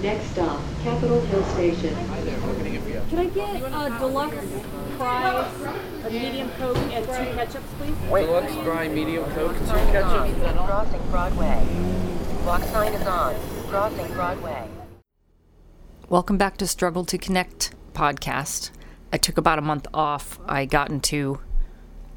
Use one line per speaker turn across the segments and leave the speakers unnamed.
Next stop, Capitol Hill Station.
Can I get a deluxe fries, a medium coke, and two ketchups, please?
Deluxe dry medium coke, two ketchup.
Crossing Broadway. Walk sign is on. Crossing Broadway.
Welcome back to Struggle to Connect podcast. I took about a month off. I got into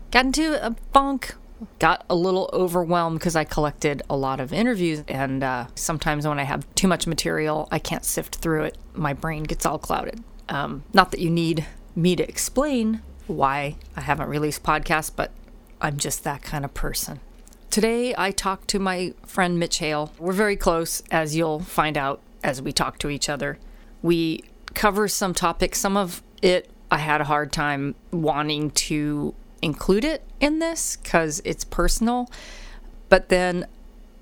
got into a funk. Got a little overwhelmed because I collected a lot of interviews, and uh, sometimes when I have too much material, I can't sift through it. My brain gets all clouded. Um, not that you need me to explain why I haven't released podcasts, but I'm just that kind of person. Today, I talked to my friend Mitch Hale. We're very close, as you'll find out as we talk to each other. We cover some topics. Some of it I had a hard time wanting to include it in this because it's personal. But then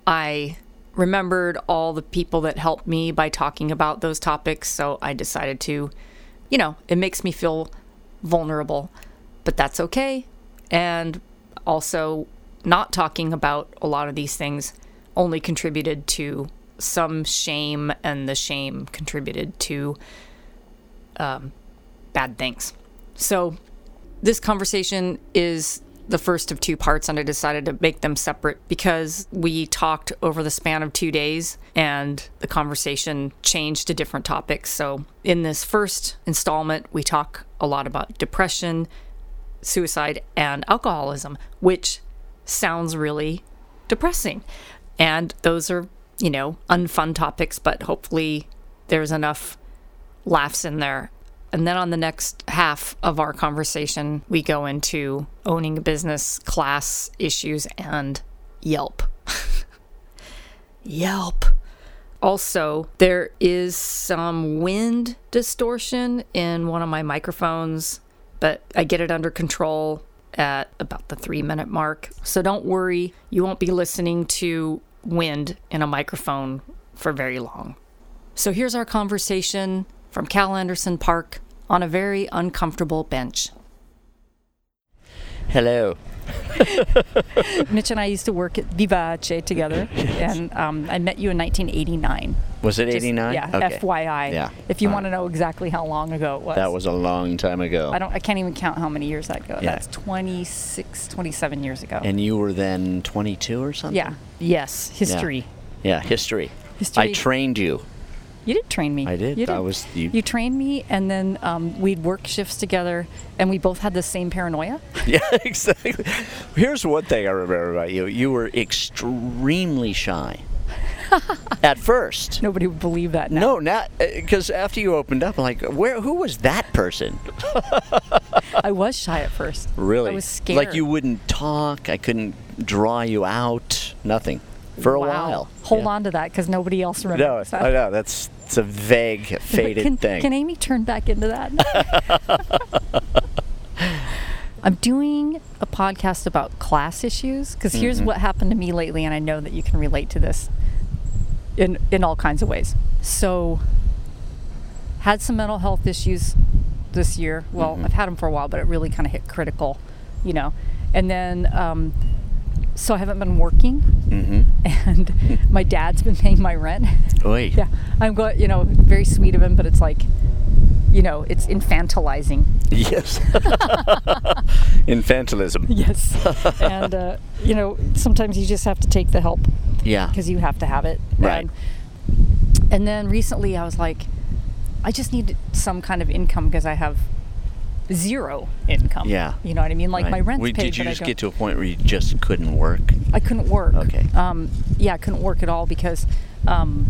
I remembered all the people that helped me by talking about those topics. So I decided to, you know, it makes me feel vulnerable, but that's okay. And also, not talking about a lot of these things only contributed to some shame, and the shame contributed to um, bad things. So, this conversation is the first of two parts, and I decided to make them separate because we talked over the span of two days and the conversation changed to different topics. So, in this first installment, we talk a lot about depression, suicide, and alcoholism, which sounds really depressing. And those are, you know, unfun topics, but hopefully there's enough laughs in there. And then on the next half of our conversation, we go into owning a business, class issues, and Yelp. Yelp. Also, there is some wind distortion in one of my microphones, but I get it under control at about the three minute mark. So don't worry, you won't be listening to wind in a microphone for very long. So here's our conversation from Cal Anderson Park on a very uncomfortable bench.
Hello.
Mitch and I used to work at Vivace together, and um, I met you in 1989.
Was it
Just-
89?
Yeah,
Okay.
FYI.
Yeah.
If you
All
want to know exactly how long ago it was.
That was a long time ago.
I don't. I can't even count how many years that ago.
Yeah.
That's 26, 27 years ago.
and you were then 22 or something?
yeah. Yes.
Yeah.
History.
Yeah, history. I
History.
trained you.
You did train me.
I did.
You
I was-
You,
you-
trained me, and then um, we'd work shifts together, and we both had the same paranoia.
Yeah, exactly. Here's one thing I remember about you. You were extremely shy. At first.
Nobody would believe that now.
No, not because after you opened up, I'm like, where? Who was that person?
I was shy at first.
Really?
I was scared.
Like you wouldn't talk. I couldn't draw you out. Nothing for a
Wow.
while.
Hold
Yeah.
on to that because nobody else
No,
remembers that.
I know that's it's a vague, faded
can,
thing.
Can Amy turn back into that? I'm doing a podcast about class issues because here's
Mm-hmm.
what happened to me lately, and I know that you can relate to this in in all kinds of ways. So, had some mental health issues this year. Well,
Mm-hmm.
I've had them for a while, but it really kind of hit critical, you know. And then, um, so I haven't been working,
Mm-hmm.
and my dad's been paying my rent.
Oy.
Yeah, I'm going. You know, very sweet of him, but it's like, you know, it's infantilizing.
Yes. Infantilism.
Yes. and uh, you know, sometimes you just have to take the help
Yeah.
because you have to have it. And,
Right.
and then recently, I was like, I just need some kind of income because I have zero income.
Yeah.
You know what I mean? Like
Right.
my rent's
Wait,
paid.
Did you
but I
just
don't-
get to a point where you just couldn't work?
I couldn't work.
Okay.
Um, yeah, I couldn't work at all because um,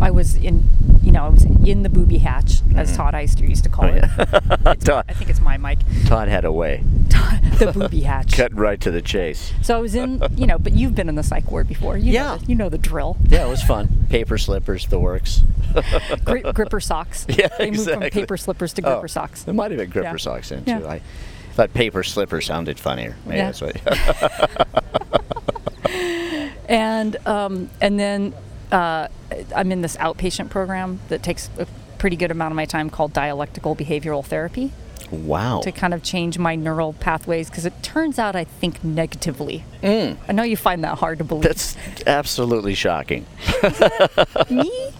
I was in, you know, I was in the booby hatch, as Todd Eister used to call it.
Mm-hmm. Oh, Todd,
I think it's my mic.
Todd had a way.
the booby hatch.
Cut right to the chase.
So I was in, you know, but you've been in the psych ward before. You
Yeah.
Know the, you know the drill.
Yeah, it was fun. Paper slippers, the works.
Gri- gripper socks.
Yeah,
They moved
exactly.
from paper slippers to
Oh,
gripper socks.
There might have been gripper
Yeah.
socks in too.
Yeah.
I thought paper slipper sounded funnier. Maybe
Yeah.
that's what.
And um, and then uh, I'm in this outpatient program that takes a pretty good amount of my time called dialectical behavioral therapy.
wow.
to kind of change my neural pathways because it turns out I think negatively.
Mm.
I know you find that hard to believe.
That's absolutely shocking.
me.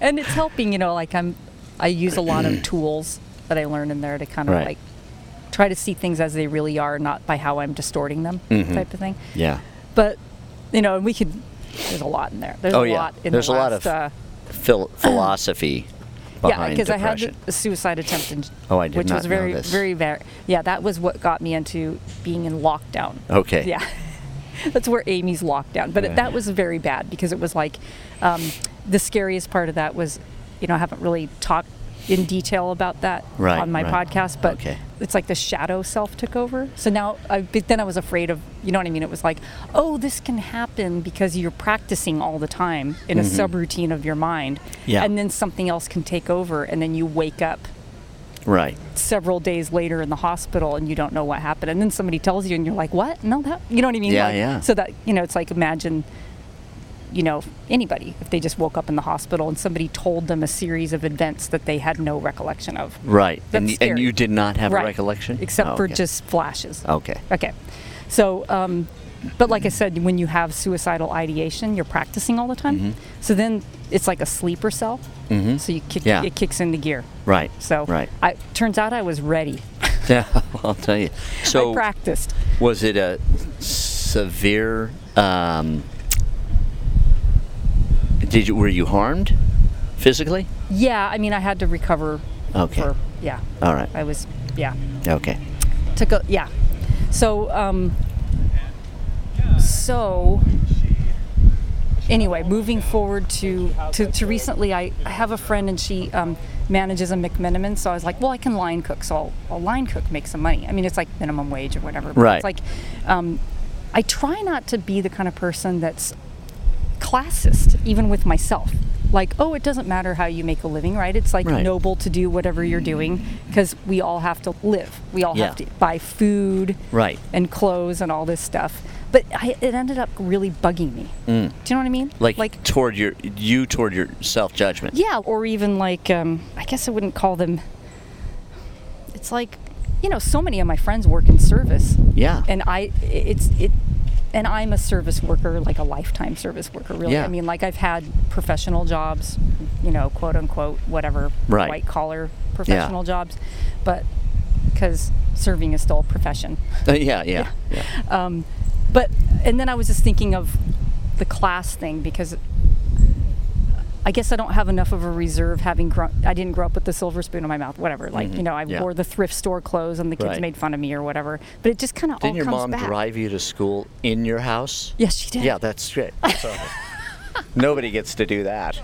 and it's helping, you know, like I'm I use a lot of tools that I learned in there to kind of
Right.
like try to see things as they really are, not by how I'm distorting them
Mm-hmm.
type of thing.
Yeah.
But you know, and we could there's a lot in there. There's
Oh,
a
yeah.
lot in
There's
the
a lot of
last, uh,
Phil- philosophy
yeah,
behind
because I had
depression.
a suicide attempt, in,
Oh, I did
which
not
was
know
very,
this.
very, very, yeah, that was what got me into being in lockdown.
Okay.
Yeah, that's where Amy's lockdown. But it, that was very bad because it was like um, the scariest part of that was, you know, I haven't really talked in detail about that
Right,
on my
right.
podcast, but
Okay.
it's like the shadow self took over. So now, I, but then I was afraid of, you know what I mean? It was like, oh, this can happen because you're practicing all the time in a subroutine of your mind,
Mm-hmm. Yeah.
and then something else can take over, and then you wake up
right.
several days later in the hospital and you don't know what happened, and then somebody tells you, and you're like, what? No, that, you know what I mean?
Yeah,
Like,
yeah.
So that you know, it's like imagine. You know, anybody, if they just woke up in the hospital and somebody told them a series of events that they had no recollection of.
Right. and,
That's
y- and
scary.
you did not have
Right.
a recollection?
Except
Oh,
for
okay.
just flashes.
Okay.
Okay. So, um, but like I said, when you have suicidal ideation, you're practicing all the time.
Mm-hmm.
So then it's like a sleeper cell. Mm-hmm. So you kick,
Yeah.
it kicks into gear.
Right.
So
Right.
I turns out I was ready.
Yeah, I'll tell you. So
I practiced.
was it a severe um, did you were you harmed physically?
Yeah, I mean I had to recover.
Okay.
For, yeah.
All right.
I was. Yeah.
Okay.
Took a yeah. So um. So. Anyway, moving forward to to, to recently, I, I have a friend and she um, manages a McMenamin. So I was like, well, I can line cook, so I'll, I'll line cook, make some money. I mean, it's like minimum wage or whatever. But
Right.
It's like, um, I try not to be the kind of person that's classist, even with myself. Like, oh, it doesn't matter how you make a living, right? It's like
Right.
noble to do whatever you're doing because we all have to live. We all have
Yeah.
to buy food
Right.
and clothes and all this stuff. But I, it ended up really bugging me. Do you know what I mean?
Mm. Like, toward your you toward your self judgment.
yeah, or even like, um, I guess I wouldn't call them. It's like, you know, so many of my friends work in service.
Yeah.
And I, it's it, and I'm a service worker, like a lifetime service worker. Really,
Yeah.
I mean, like I've had professional jobs, you know, quote unquote, whatever,
Right.
white collar professional jobs, but because serving is still a profession.
Uh, yeah, yeah, yeah.
Um, but and then I was just thinking of the class thing because I guess I don't have enough of a reserve. Having grown, I didn't grow up with the silver spoon in my mouth. Whatever, like you know, I
Mm-hmm. yeah.
wore the thrift store clothes and the kids
Right.
made fun of me or whatever. But it just kind of all
Didn't your
comes
mom
back.
drive you to school in your house?
Yes, she did.
Yeah, that's great. That's awful. Nobody gets to do that.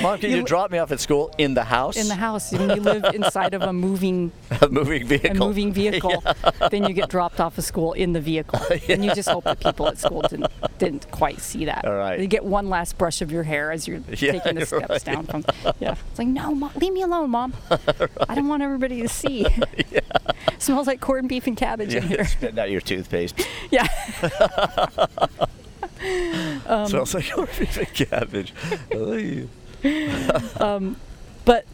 Mom, can you, drop me off at school in the house?
in the house, and you live inside of a moving
a moving
a
vehicle.
moving vehicle, then you get dropped off of school in the vehicle, and you just hope the people at school didn't didn't quite see that.
All right.
You get one last brush of your hair as you're
Yeah,
taking the
you're
steps
right.
down from. Yeah, it's like no, mom, leave me alone, mom. I don't want everybody to see. Smells like corned beef and cabbage in here.
Spitting out your toothpaste.
Yeah, Um,
Smells like orphan cabbage. Ooh.
but.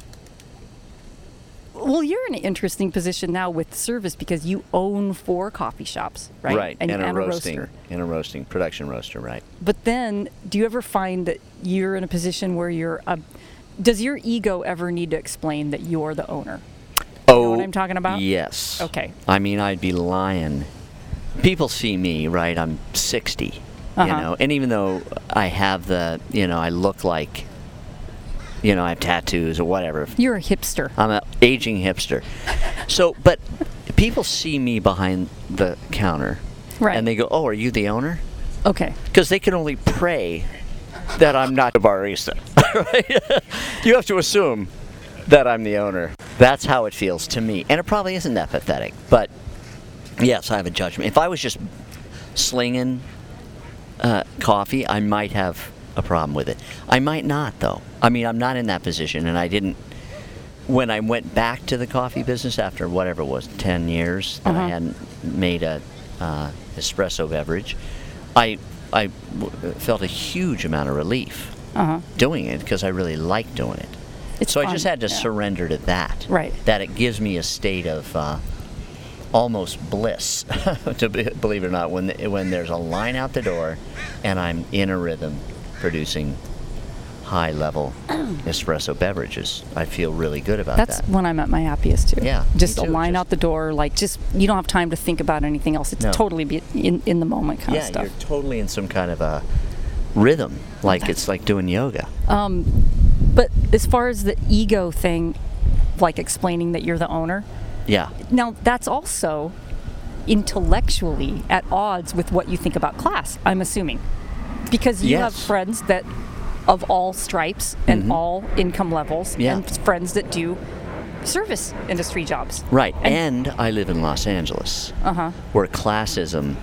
Well, you're in an interesting position now with service because you own four coffee shops, right?
Right, and,
you
a
have
roasting,
roaster.
and a roasting production roaster, right?
But then, do you ever find that you're in a position where you're a does your ego ever need to explain that you're the owner?
Oh,
what I'm talking about?
Yes.
Okay.
I mean, I'd be lying. People see me, right? I'm 60,
Uh-huh.
you know, and even though I have the, you know, I look like, you know, I have tattoos or whatever.
You're a hipster.
I'm an aging hipster. So, but people see me behind the counter,
Right.
And they go, "Oh, are you the owner?"
Okay.
Because they can only pray that I'm not a barista. right? you have to assume that I'm the owner. That's how it feels to me, and it probably isn't that pathetic. But yes, I have a judgment. If I was just slinging uh, coffee, I might have a problem with it. I might not, though. I mean, I'm not in that position, and I didn't. When I went back to the coffee business after whatever it was, 10 years that I
Uh-huh.
hadn't made a uh, espresso beverage, I, I w- felt a huge amount of relief
Uh huh.
doing it because I really like doing it.
It's
so I
fun,
just had to
yeah.
surrender to that.
Right.
That it gives me a state of uh, almost bliss, to be, believe it or not, when when there's a line out the door, and I'm in a rhythm, producing high level espresso beverages. I feel really good about
That's
that.
when I'm at my happiest too.
Yeah, me
Just
too.
a line
Just-
out the door, like just you don't have time to think about anything else. It's
No.
totally be in, in the moment kind of
yeah,
stuff.
you're totally in some kind of a rhythm, like it's like doing yoga.
Um, but as far as the ego thing, like explaining that you're the owner,
Yeah,
now that's also intellectually at odds with what you think about class. I'm assuming because you have
Yes. Mm-hmm.
friends that of all stripes and all income levels,
Yeah.
and friends that do service industry jobs.
right. And, I live in Los Angeles,
Uh-huh.
where classism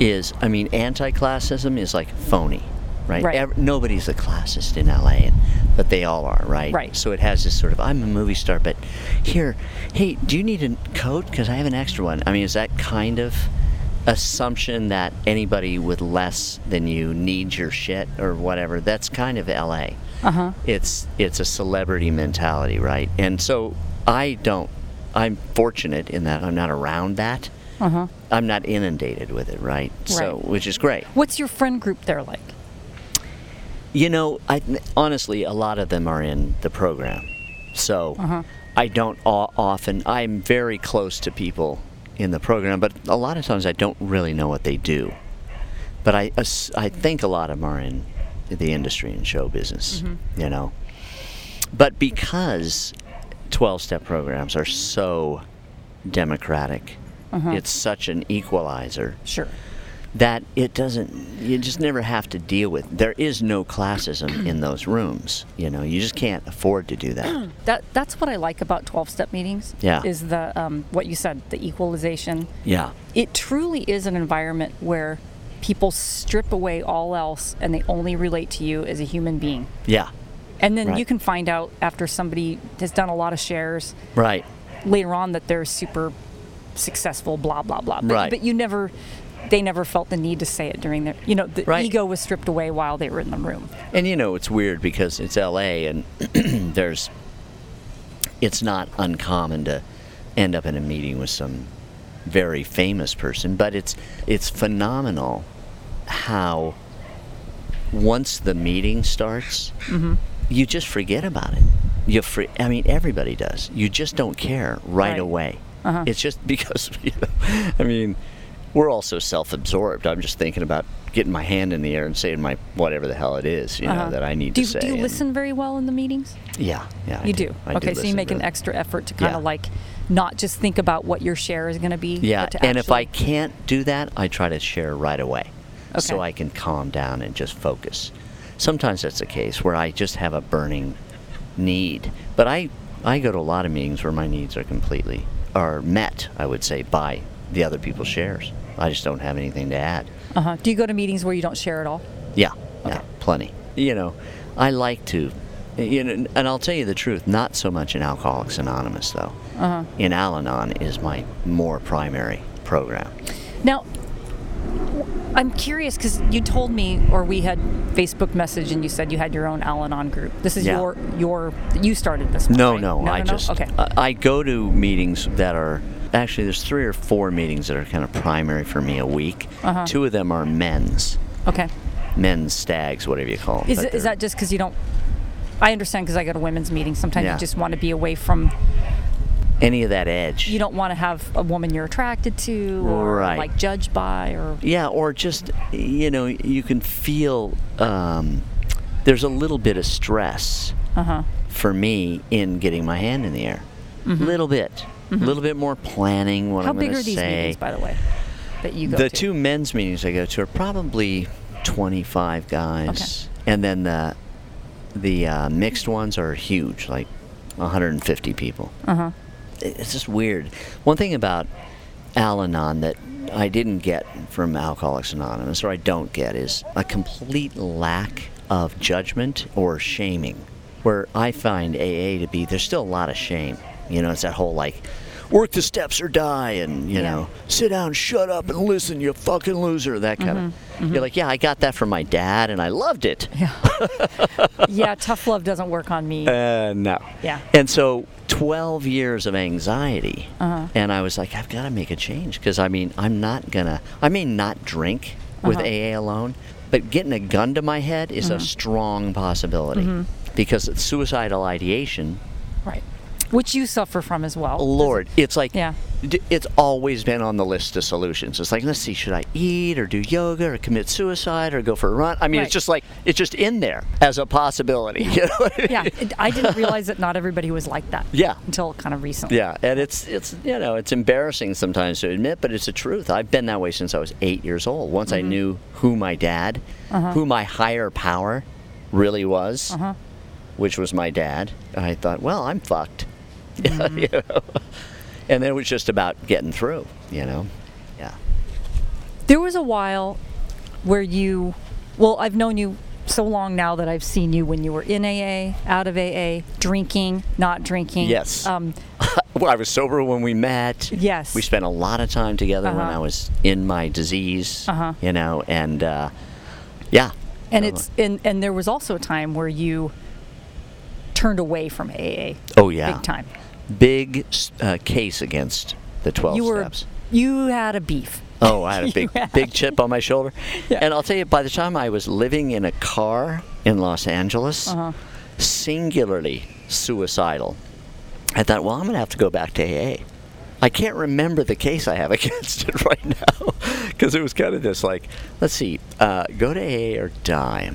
is, I mean, anti classism is like phony, right?
Right.
Ev- nobody's a classist in LA, and- but they all are, right?
Right.
So it has this sort of, I'm a movie star, but here, hey, do you need a coat? Because I have an extra one. I mean, is that kind of assumption that anybody with less than you needs your shit or whatever? That's kind of LA. Uh
Uh-huh.
huh. It's it's a celebrity mentality, right? And so I don't. I'm fortunate in that I'm not around that. Uh huh. I'm not inundated with it, right? So,
Right.
which is great.
What's your friend group there like?
You know, I honestly, a lot of them are in the program, so I don't o- often. I'm very close to people in the program, but a lot of times I don't really know what they do. But I, ass- I think a lot of them are in the industry and show business, you know. But because twelve-step programs are so democratic, it's such an equalizer
Sure.
that it doesn't you just never have to deal with there is no classism in those rooms you know you just can't afford to do that
That that's what I like about twelve step meetings.
Yeah.
Is the um, what you said the equalization.
yeah
It truly is an environment where people strip away all else and they only relate to you as a human being.
yeah
And then you
Right.
can find out after somebody has done a lot of shares
right
later on that they're super successful. Blah blah blah. But,
Right.
But you never. They never felt the need to say it during their, you know, the
Right.
ego was stripped away while they were in the room.
and you know it's weird because it's la and there's it's not uncommon to end up in a meeting with some very famous person but it's it's phenomenal how once the meeting starts
Mm-hmm.
you just forget about it. You, fre- I mean, everybody does. You just don't care right,
Right. Uh-huh.
away. It's just because, you know, I mean, we're all so self-absorbed. I'm just thinking about getting my hand in the air and saying my whatever the hell it is, you know, that I need to
Uh-huh. Do you,
say.
do you
and-
listen very well in the meetings?
Yeah, yeah. I
You do.
I
okay, so you
listen
make an
really-
extra effort to kind
Yeah.
of like not just think about what your share is going to be.
Yeah,
but to
and if I
actually-
can't do that, I try to share right away, so
Okay.
I can calm down and just focus. Sometimes that's the case where I just have a burning need, but I I go to a lot of meetings where my needs are completely are met. I would say by the other people's shares. I just don't have anything to add.
uh-huh. do you go to meetings where you don't share at all?
Yeah, yeah, plenty. You know, I like to, you know, and I'll tell you the truth. Not so much in Alcoholics Anonymous though. Uh-huh. In Al-Anon is my more primary program.
Now, w- I'm curious because you told me, or we had Facebook message, and you said you had your own Al-Anon group. This is
Yeah.
your your you started this. One,
No,
right?
no, I just
okay.
I, I go to meetings that are actually there's three or four meetings that are kind of primary for me a week.
Uh-huh.
Two of them are men's,
okay.
men's stags, whatever you call them.
Is
but
it, is
they're-
that just because you don't? I understand because I go to women's meetings. Sometimes
Yeah.
you just want to be away from.
any of that edge?
You don't want to have a woman you're attracted to, or
Right.
like judged by, or
Yeah, or just you know, you can feel um, there's a little bit of stress
Uh-huh.
for me in getting my hand in the air, little bit, little bit more planning what
Mm-hmm. How
I'm
big
gonna
are these
say.
meetings, by the way, that you go
the
to?
two men's meetings I go to are probably 25 guys, and then the the uh, mixed ones are huge, like 150 people. Uh-huh. It's just weird. One thing about Al-Anon that I didn't get from Alcoholics Anonymous, or I don't get, is a complete lack of judgment or shaming. Where I find AA to be, there's still a lot of shame. You know, it's that whole like, work the steps or die, and you
Yeah.
know, sit down, shut up, and listen, you fucking loser. That kind of. You're like, yeah, I got that from my dad, and I loved it.
yeah, tough love doesn't work on me.
Uh, no.
Yeah.
And so 12 years of anxiety.
Uh-huh.
And I was like, I've
Uh-huh.
got to make a change because I mean, I'm not going to, I may not drink with AA alone, But getting a gun to my head is a strong possibility
Mm-hmm.
because it's suicidal ideation.
Right. Which you suffer from as well.
Lord, it's like
Yeah.
d- it's always been on the list of solutions. It's like let's see, should I eat or do yoga or commit suicide or go for a run? I mean,
Right.
it's just like it's just in there as a possibility. You know what I mean?
Yeah. it- I didn't realize that not everybody was like that.
Yeah.
Until kind of recently.
Yeah, and it's it's you know it's embarrassing sometimes to admit, but it's the truth. I've been that way since I was eight years old. Once
Mm-hmm.
I knew who my dad,
Uh-huh.
who my higher power, really was, which was my dad, I thought, well, I'm fucked. you
Mm-hmm.
know? And then it was just about getting through. You know, yeah.
There was a while where you, well, I've known you so long now that I've seen you when you were in AA, out of AA, drinking, not drinking.
Yes.
Um,
Well, I was sober when we met.
Yes.
We spent a lot of time together when
Uh-huh.
I was in my disease.
Uh-huh.
You know, and uh, yeah.
and it's and and there was also a time where you turned away from AA.
Oh, yeah.
Big time.
big s- uh, case against the 12
you were
steps.
you had a beef.
Oh, I had a big,
had-
big chip on my shoulder.
Yeah.
And I'll tell you, by the time I was living in a car in Los Angeles,
Uh-huh.
singularly suicidal, I thought, well, I'm going to have to go back to AA. I can't remember the case I have against it right now because it was kind of this like, let's see, uh, go to AA or die.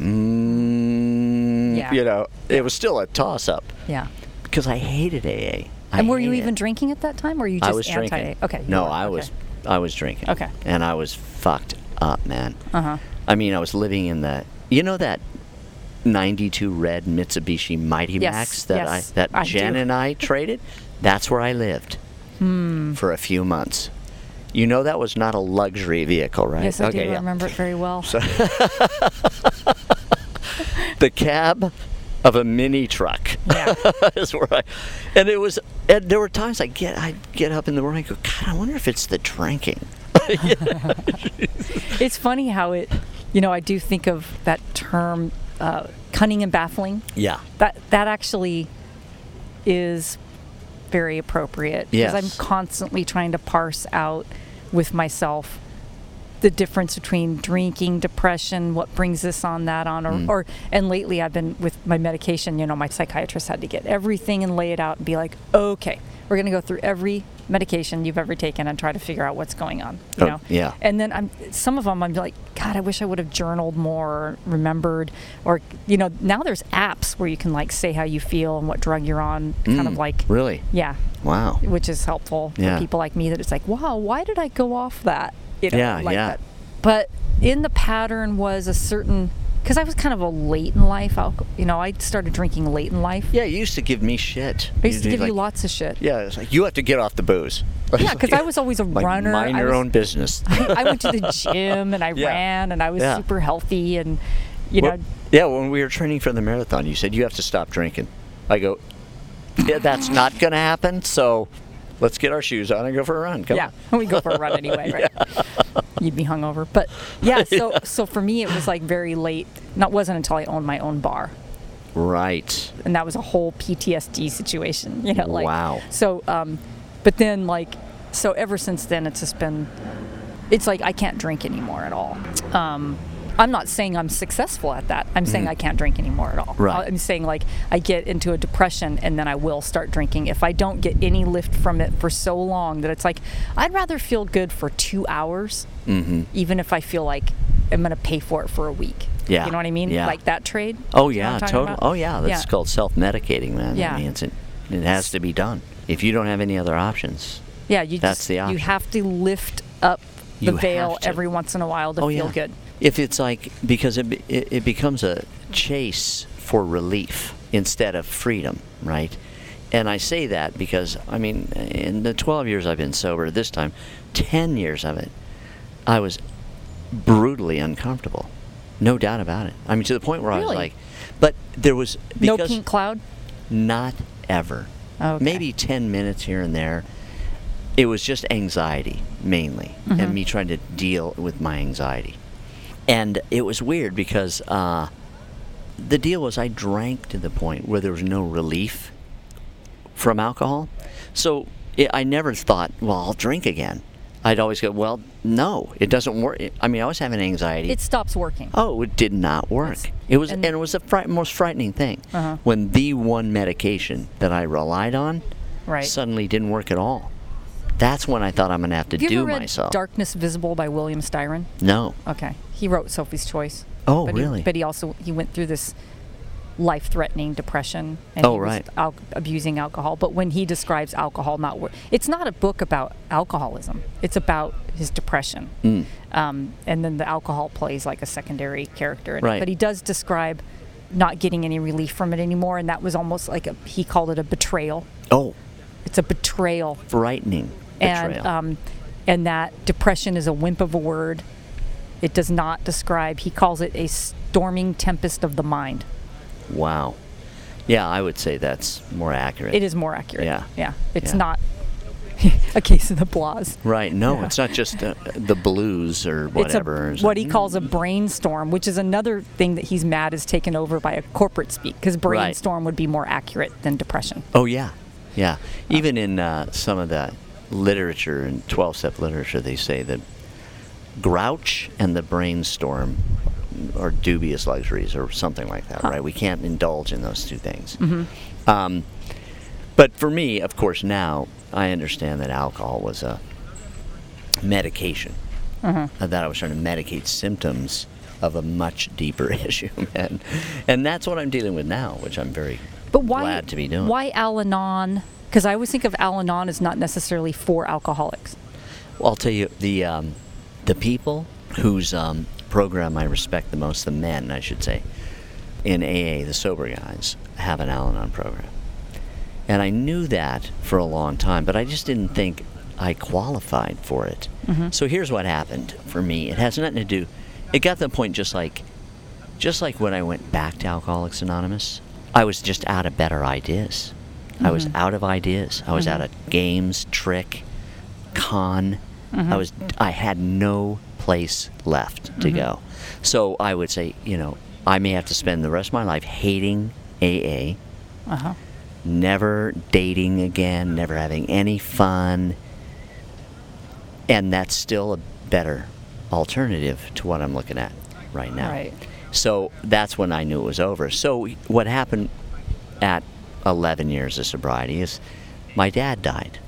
Mm,
Yeah.
You know, it was still a toss up
Yeah.
because I hated AA. I
And were you
hated it.
even drinking at that time, or you just
I was
anti?
drinking.
Okay. you
No,
were,
I
okay.
was I was drinking.
Okay.
And I was fucked up, man.
Uh-huh.
I mean, I was living in the you know that 92 red Mitsubishi Mighty
Yes,
Max that
yes,
I that
I
Jen
do.
and I traded? That's where I lived.
Hmm.
For a few months. You know that was not a luxury vehicle, right?
Yes, I
okay,
do
yeah.
remember it very well.
The cab of a mini truck.
yeah.
is where I, and it was, and there were times I get, I get up in the morning, I go, God, I wonder if it's the drinking.
It's funny how it, you know, I do think of that term, uh, cunning and baffling.
Yeah.
That that actually is very appropriate because
Yes.
I'm constantly trying to parse out with myself the difference between drinking, depression, what brings this on, that on, or,
Mm.
or and lately I've been with my medication. You know, my psychiatrist had to get everything and lay it out and be like, okay, we're going to go through every medication you've ever taken and try to figure out what's going on. You
Oh,
know,
yeah.
And then I'm some of them I'm like, God, I wish I would have journaled more, remembered, or you know, now there's apps where you can like say how you feel and what drug you're on, kind of like,
Mm, Really?
yeah,
Wow.
which is helpful
Yeah.
for people like me that it's like, wow, why did I go off that? You know,
Yeah,
like
yeah.
That. But in the pattern was a certain because I was kind of a late in life, alco- you know, I started drinking late in life.
Yeah, you used to give me shit.
I used to
You'd be
give you
like-
lots of shit.
Yeah, it's like you have to get off the booze.
Yeah, 'cause I was always a
like,
runner.
Mind
I
your
was-
own business.
I went to the gym and I
Yeah.
ran and I was
Yeah.
super healthy and you
Well,
know
yeah, when we were training for the marathon, you said you have to stop drinking. I go, yeah, that's not going to happen. So, let's get our shoes on and go for a run. Come
yeah,
on.
we go for a run anyway, right? You'd be hungover, but yeah. So so for me, it was like very late. Not wasn't until I owned my own bar,
Right.
and that was a whole PTSD situation. You know, like
Wow.
So, um, but then like so ever since then, it's just been. It's like I can't drink anymore at all. Um, I'm not saying I'm successful at that. I'm saying I can't drink anymore at all.
Mm-hmm. Right.
I'm saying like I get into a depression and then I will start drinking if I don't get any lift from it for so long that it's like I'd rather feel good for two hours,
Mm-hmm.
even if I feel like I'm gonna pay for it for a week.
Yeah.
you know what I mean?
Yeah.
Like that trade.
Oh
You know what
yeah,
I'm talking
total.
about?
Oh yeah, that's
Yeah.
called self-medicating, man.
Yeah.
I mean, it's, it, it has to be done. If you don't have any other options,
Yeah, you
That's
just,
the option.
You have to lift up the
You
veil
have to.
every once in a while to
oh
feel
yeah,
good.
If it's like because it, be- it it becomes a chase for relief instead of freedom, right? And I say that because I mean, in the 12 years I've been sober, this time, 10 years of it, I was brutally uncomfortable, no doubt about it. I mean, to the point where I was
Really?
like, but there was
No
because
pink cloud.
Not ever.
Okay.
Maybe 10 minutes here and there. It was just anxiety mainly, and me trying to deal with my anxiety. And it was weird because uh, the deal was I drank to the point where there was no relief from alcohol. So it, I never thought, well, I'll drink again. I'd always go, well, no, it doesn't work. I mean, I always have an anxiety.
It stops working.
oh, it did not work. it was, and,
and- Uh-huh.
it was the fright, most frightening thing when the one medication that I relied on
Right.
suddenly didn't work at all. That's when I thought I'm gonna have to
Have you
do
ever read
myself.
Darkness Visible by William Styron?
No.
Okay, he wrote Sophie's Choice.
Oh,
but
really?
He, but he also he went through this life-threatening depression and
Oh,
he was
right.
al- abusing alcohol. But when he describes alcohol, not wor- it's not a book about alcoholism. It's about his depression,
Mm.
um, and then the alcohol plays like a secondary character. In
Right.
It. But he does describe not getting any relief from it anymore, and that was almost like a he called it a betrayal.
Oh,
It's a betrayal
frightening betrayal.
and um, and that depression is a wimp of a word. It does not describe. He calls it a storming tempest of the mind.
wow. Yeah, I would say that's more accurate.
It is more accurate.
Yeah.
yeah. It's
Yeah.
not a case of the blahs.
Right. No, it's not just uh, the blues or whatever.
It's a, what he calls a brainstorm, which is another thing that he's mad is taken over by a corporate speak because brainstorm would be more accurate than depression.
Oh yeah, yeah. Even in uh, some of the literature and twelve-step literature, they say that grouch and the brainstorm are dubious luxuries or something like that. Right? We can't indulge in those two things.
Mm-hmm.
Um, but for me, of course, now I understand that alcohol was a medication
Mm-hmm.
uh, that I was trying to medicate symptoms of a much deeper issue, and and that's what I'm dealing with now, which I'm very
But why?
glad to be doing.
Why Al-Anon? Because I always think of Al-Anon as not necessarily for alcoholics.
Well, I'll tell you the um, the people whose um, program I respect the most, the men, I should say, in AA, the sober guys have an Al-Anon program, and I knew that for a long time, but I just didn't think I qualified for it. So here's what happened for me: it has nothing to do. It got to the point just like, just like when I went back to Alcoholics Anonymous, I was just out of better ideas. I was out of ideas. I was out of games, trick, con. I was I had no place left to go. So I would say, you know, I may have to spend the rest of my life hating AA, never dating again, never having any fun, and that's still a better alternative to what I'm looking at right now.
Right.
So that's when I knew it was over. So what happened at 11 years of sobriety is my dad died.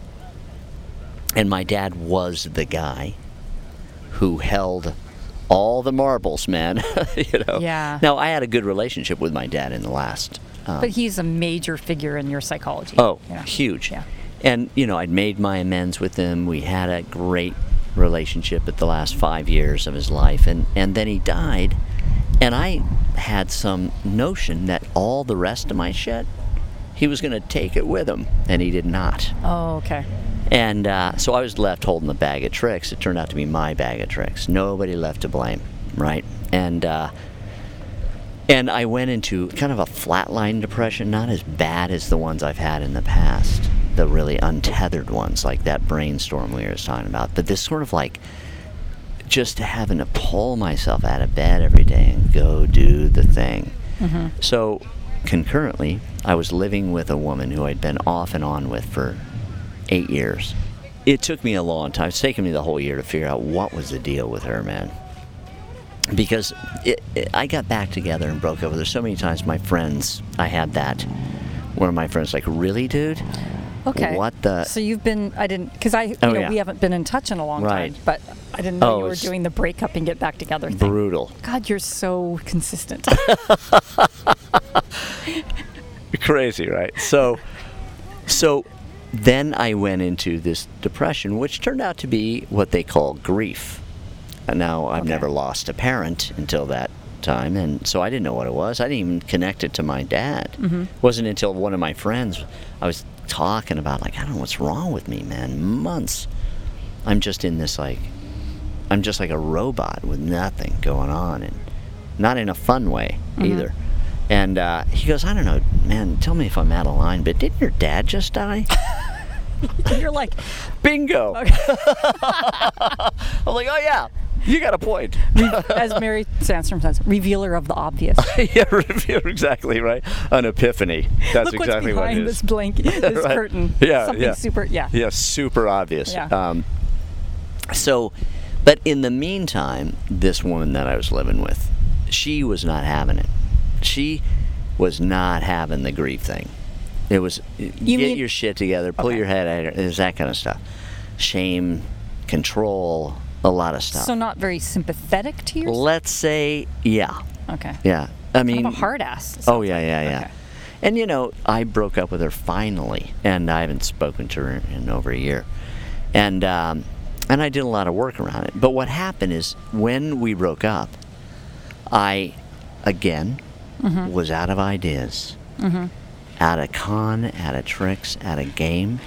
And my dad was the guy who held all the marbles, man. you know.
Yeah.
Now I had a good relationship with my dad in the last. Um,
But he's a major figure in your psychology.
oh,
Yeah.
huge.
Yeah.
And you know, I'd made my amends with him. We had a great relationship at the last five years of his life, and and then he died, and I had some notion that all the rest of my shit, he was going to take it with him, and he did not.
Oh, okay.
And uh, so I was left holding the bag of tricks. It turned out to be my bag of tricks. Nobody left to blame, right? And uh, and I went into kind of a flatline depression, not as bad as the ones I've had in the past, the really untethered ones, like that brainstorm we were just talking about. But this sort of like just having to pull myself out of bed every day and go do the thing. So, concurrently, I was living with a woman who I'd been off and on with for eight years. It took me a long time. It's taken me the whole year to figure out what was the deal with her, man. Because it, it, I got back together and broke up with her so many times. My friends, I had that. One of my friends, like, really, dude?
Okay.
What the?
So you've been? I didn't because I. You
Oh,
know,
yeah.
We haven't been in touch in a long
Right.
time. But I didn't know
Oh,
you were
it's-
doing the breakup and get back together thing.
brutal.
God, you're so consistent.
crazy, right? So, so then I went into this depression, which turned out to be what they call grief. And now I've never lost a parent until that time, and so I didn't know what it was. I didn't even connect it to my dad. It wasn't until one of my friends I was talking about, like, I don't know what's wrong with me, man. Months, I'm just in this like, I'm just like a robot with nothing going on, and not in a fun way
Mm-hmm.
either. And uh, he goes, I don't know, man. Tell me if I'm out of line, but didn't your dad just die?
you're like,
Bingo. I'm like, oh yeah, you got a point.
as Mary Sandstrom says, revealer of the obvious.
yeah, you're exactly right. An epiphany. That's
Look
exactly
what's
what
behind
it
this
is.
blank, this
Right.
curtain.
Yeah,
Something
yeah.
super. Yeah.
Yeah, super obvious.
Yeah.
Um, So, but in the meantime, this woman that I was living with, she was not having it. She was not having the grief thing. It was get
mean-
your shit together, pull
Okay.
your head out. of it, It's that kind of stuff. Shame, control, a lot of stuff.
So not very sympathetic to yourself.
Let's say, yeah,
okay.
yeah. I mean,
I'm a hard ass. it
Oh
sounds
yeah,
like.
yeah, yeah.
Okay.
And you know, I broke up with her finally, and I haven't spoken to her in over a year, and um, and I did a lot of work around it. But what happened is when we broke up, I again
Mm-hmm.
was out of ideas, out of con, out of tricks, out of game,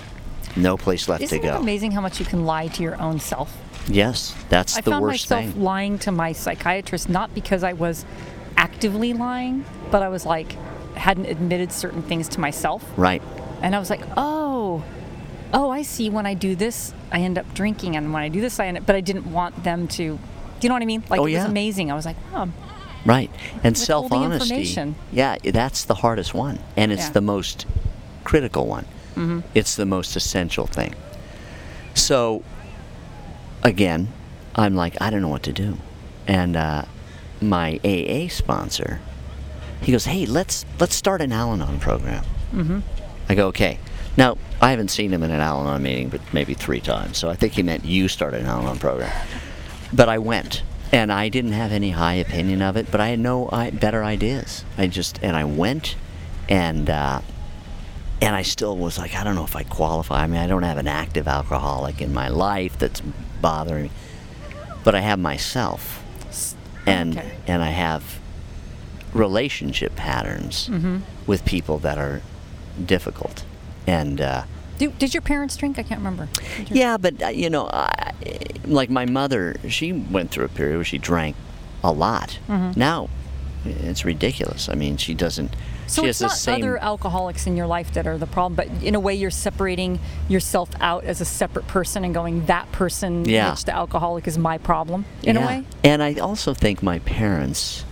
no place left
Isn't
to go.
it amazing how much you can lie to your own self?
Yes, that's
I
the
found
worst
myself
thing.
lying to my psychiatrist not because I was actively lying, but I was like hadn't admitted certain things to myself.
right.
And I was like, "Oh, oh, I see. When I do this, I end up drinking, and when I do this, I end up." But I didn't want them to. Do you know what I mean? Like
Oh,
it
yeah.
was amazing. I was like, "Wow, I'm
Right. And self
Withholding
honesty.
information.
Yeah, that's the hardest one. And it's
Yeah. Mm-hmm.
the most critical one. It's the most essential thing. So, again, I'm like, I don't know what to do. And uh, my AA sponsor, he goes, Hey, let's, let's start an Al Anon program.
Mm-hmm.
I go, okay. Now, I haven't seen him in an Al Anon meeting, but maybe three times. So I think he meant you started an Al Anon program. But I went, and I didn't have any high opinion of it, but I had no I, better ideas. I just, and I went, and, uh, and I still was like, I don't know if I qualify. I mean, I don't have an active alcoholic in my life that's bothering me, but I have myself, and
okay.
and I have relationship patterns with people that are difficult, and uh,
Do, did your parents drink? I can't remember. Did your-
yeah, but uh, you know, I, like my mother, she went through a period where she drank a lot.
Mm-hmm.
Now, it's ridiculous. I mean, she doesn't.
So
she
it's
has
not
the same.
other alcoholics in your life that are the problem, but in a way, you're separating yourself out as a separate person and going, "That person,
Yeah.
which the alcoholic is my problem." In
Yeah.
a way,
And I also think my parents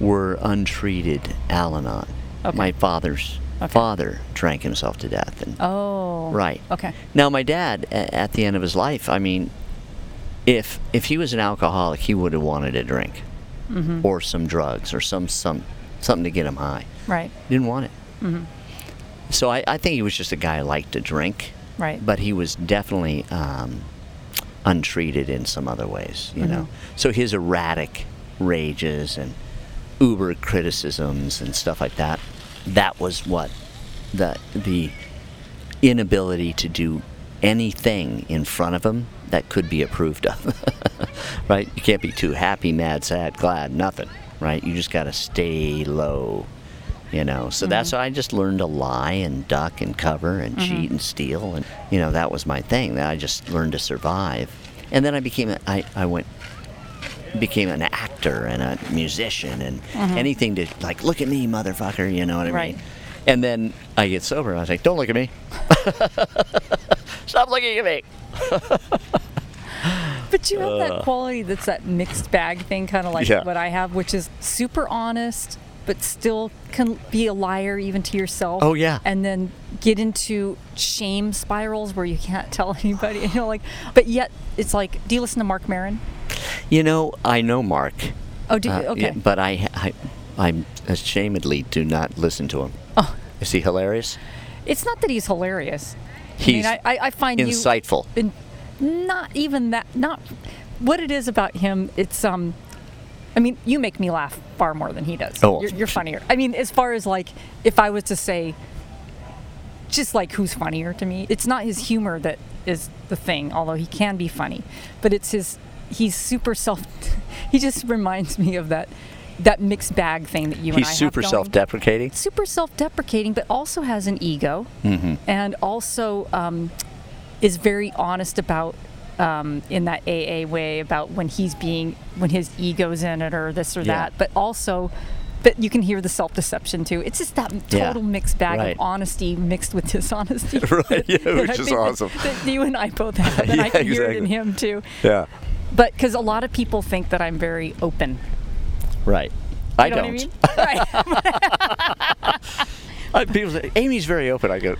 were untreated Al Anon.
Okay.
My father's
Okay.
father drank himself to death. And,
oh,
Right.
okay,
Now, my dad, a- at the end of his life, I mean, if if he was an alcoholic, he would have wanted a drink
Mm-hmm.
or some drugs or some, some something to get him high.
right,
Didn't want it. So I, I think he was just a guy who liked to drink.
Right.
But he was definitely um, untreated in some other ways, you know. So his erratic rages and uber criticisms and stuff like that, that was what the the inability to do anything in front of him that could be approved of. right? You can't be too happy, mad, sad, glad, nothing. Right? You just got to stay low. You know, so that's why I just learned to lie and duck and cover and cheat and steal. And, you know, that was my thing that I just learned to survive. And then I became, a, I, I went became an actor and a musician and anything to like look at me motherfucker you know what i
Right.
mean and then i get sober and i was like don't look at me stop looking at me
But you have that quality that's that mixed bag thing, kind of like
Uh. Yeah.
what I have, which is super honest, but still can be a liar even to yourself.
Oh, yeah.
And then get into shame spirals where you can't tell anybody, you know, like, but yet it's like, do you listen to Mark Marin?
you know i know mark
Oh, do you?
Uh,
okay.
yeah, but I, I i'm ashamedly do not listen to him oh. is he hilarious
It's not that he's hilarious.
he's
I mean, I, I, I find
insightful
you in, not even that. Not what it is about him. It's um, I mean, you make me laugh far more than he does.
Oh,
you're, you're
sh-
funnier. I mean, as far as like, if I was to say, just like who's funnier to me, it's not his humor that is the thing. Although he can be funny, but it's his. He's super self. He just reminds me of that that mixed bag thing that you and I
he's super
have going
self-deprecating
super self-deprecating, but also has an ego,
Mm-hmm.
and also um, is very honest about um, in that AA way about when he's being when his ego's in it or this or
Yeah.
that. But also, but you can hear the self-deception too. It's just that total
Yeah.
mixed bag
Right.
of honesty mixed with dishonesty.
Right, yeah,
that I
which is
think that-
awesome.
That, you and I both have, and I
Yeah,
can hear it in
exactly.
him too.
yeah
But because a lot of people think that I'm very open.
right i
You
don't
know what I mean? right.
I, Uh, people say, Amy's very open. I go,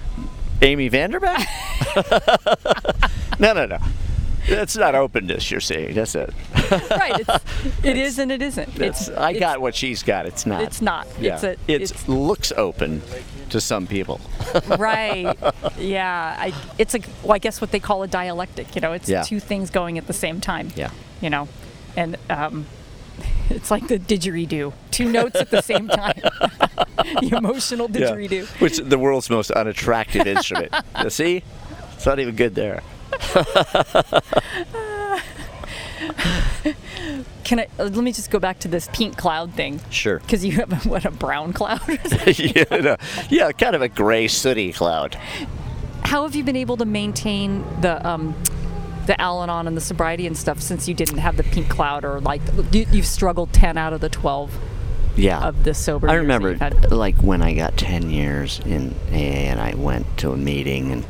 Amy Vanderbeck? no, no, no. That's not openness you're seeing. That's it.
right. It's, it is and it isn't. It's
It's, I got what she's got. It's not.
It's not. It's a.
It's, looks open to some people.
right. Yeah. I, it's a. Well, I guess what they call a dialectic. You know, it's
Yeah.
two things going at the same time.
Yeah.
You know, and um, it's like the didgeridoo. Two notes at the same time. the emotional didgeridoo.
Which is the world's most unattractive instrument. You See? It's not even good there.
Can I? uh, Let me just go back to this pink cloud thing.
Sure.
Because you have a, what a brown cloud.
you know, yeah, kind of a gray sooty cloud.
How have you been able to maintain the um, the Al-Anon and the sobriety and stuff since you didn't have the pink cloud or like you, you've struggled ten out of the twelve
Yeah.
of the sober?
I
years that
remember,
you've had?
like when I got ten years in, and I went to a meeting, and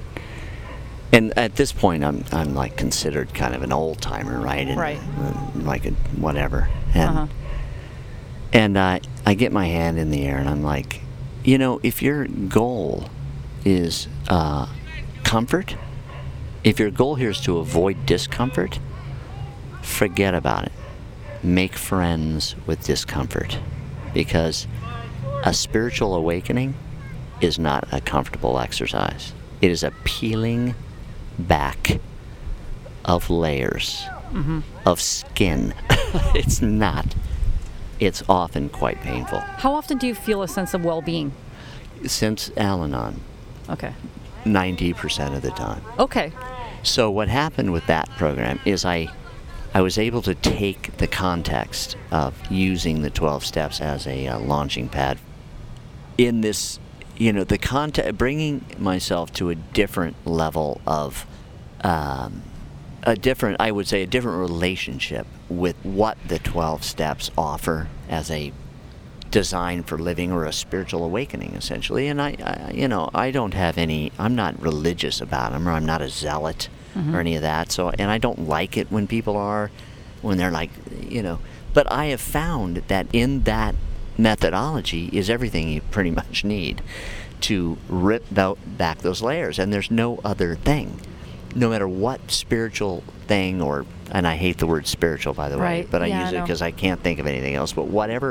and at this point, I'm I'm like considered kind of an old timer, right? And,
Right.
uh, like a whatever, and
Uh-huh.
and I I get my hand in the air, and I'm like, you know, if your goal is uh, comfort, if your goal here is to avoid discomfort, forget about it. Make friends with discomfort, because a spiritual awakening is not a comfortable exercise. It is a peeling back of layers
Mm-hmm.
of skin. it's not. It's often quite painful.
How often do you feel a sense of well-being?
Since Al Anon,
Okay. Oh,
90% of the time.
Okay.
So what happened with that program is I I was able to take the context of using the 12 steps as a uh, launching pad in this you know the context bringing myself to a different level of um, a different I would say a different relationship with what the 12 steps offer as a design for living or a spiritual awakening essentially and I, I you know I don't have any I'm not religious about them or I'm not a zealot
Mm-hmm.
or any of that so and I don't like it when people are when they're like you know but I have found that in that methodology is everything you pretty much need to rip tho- back those layers and there's no other thing no matter what spiritual thing or and I hate the word spiritual by the way
Right.
but I
Yeah, I
use it
know.
because I can't think of anything else but whatever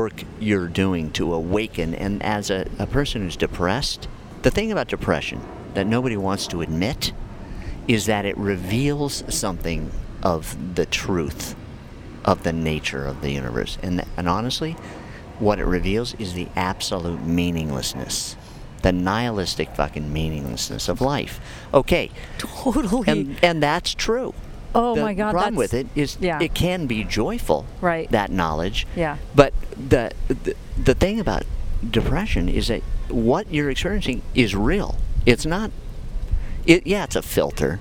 work you're doing to awaken. And as a, a person who's depressed, the thing about depression that nobody wants to admit is that it reveals something of the truth of the nature of the universe. And, and honestly, what it reveals is the absolute meaninglessness. The nihilistic fucking meaninglessness of life. Okay,
Totally.
and and that's true.
Oh
the
my God,
Problem
that's-
with it is
yeah.
it can be joyful.
Right.
That knowledge.
Yeah.
But the, the the thing about depression is that what you're experiencing is real. It's not. It yeah, it's a filter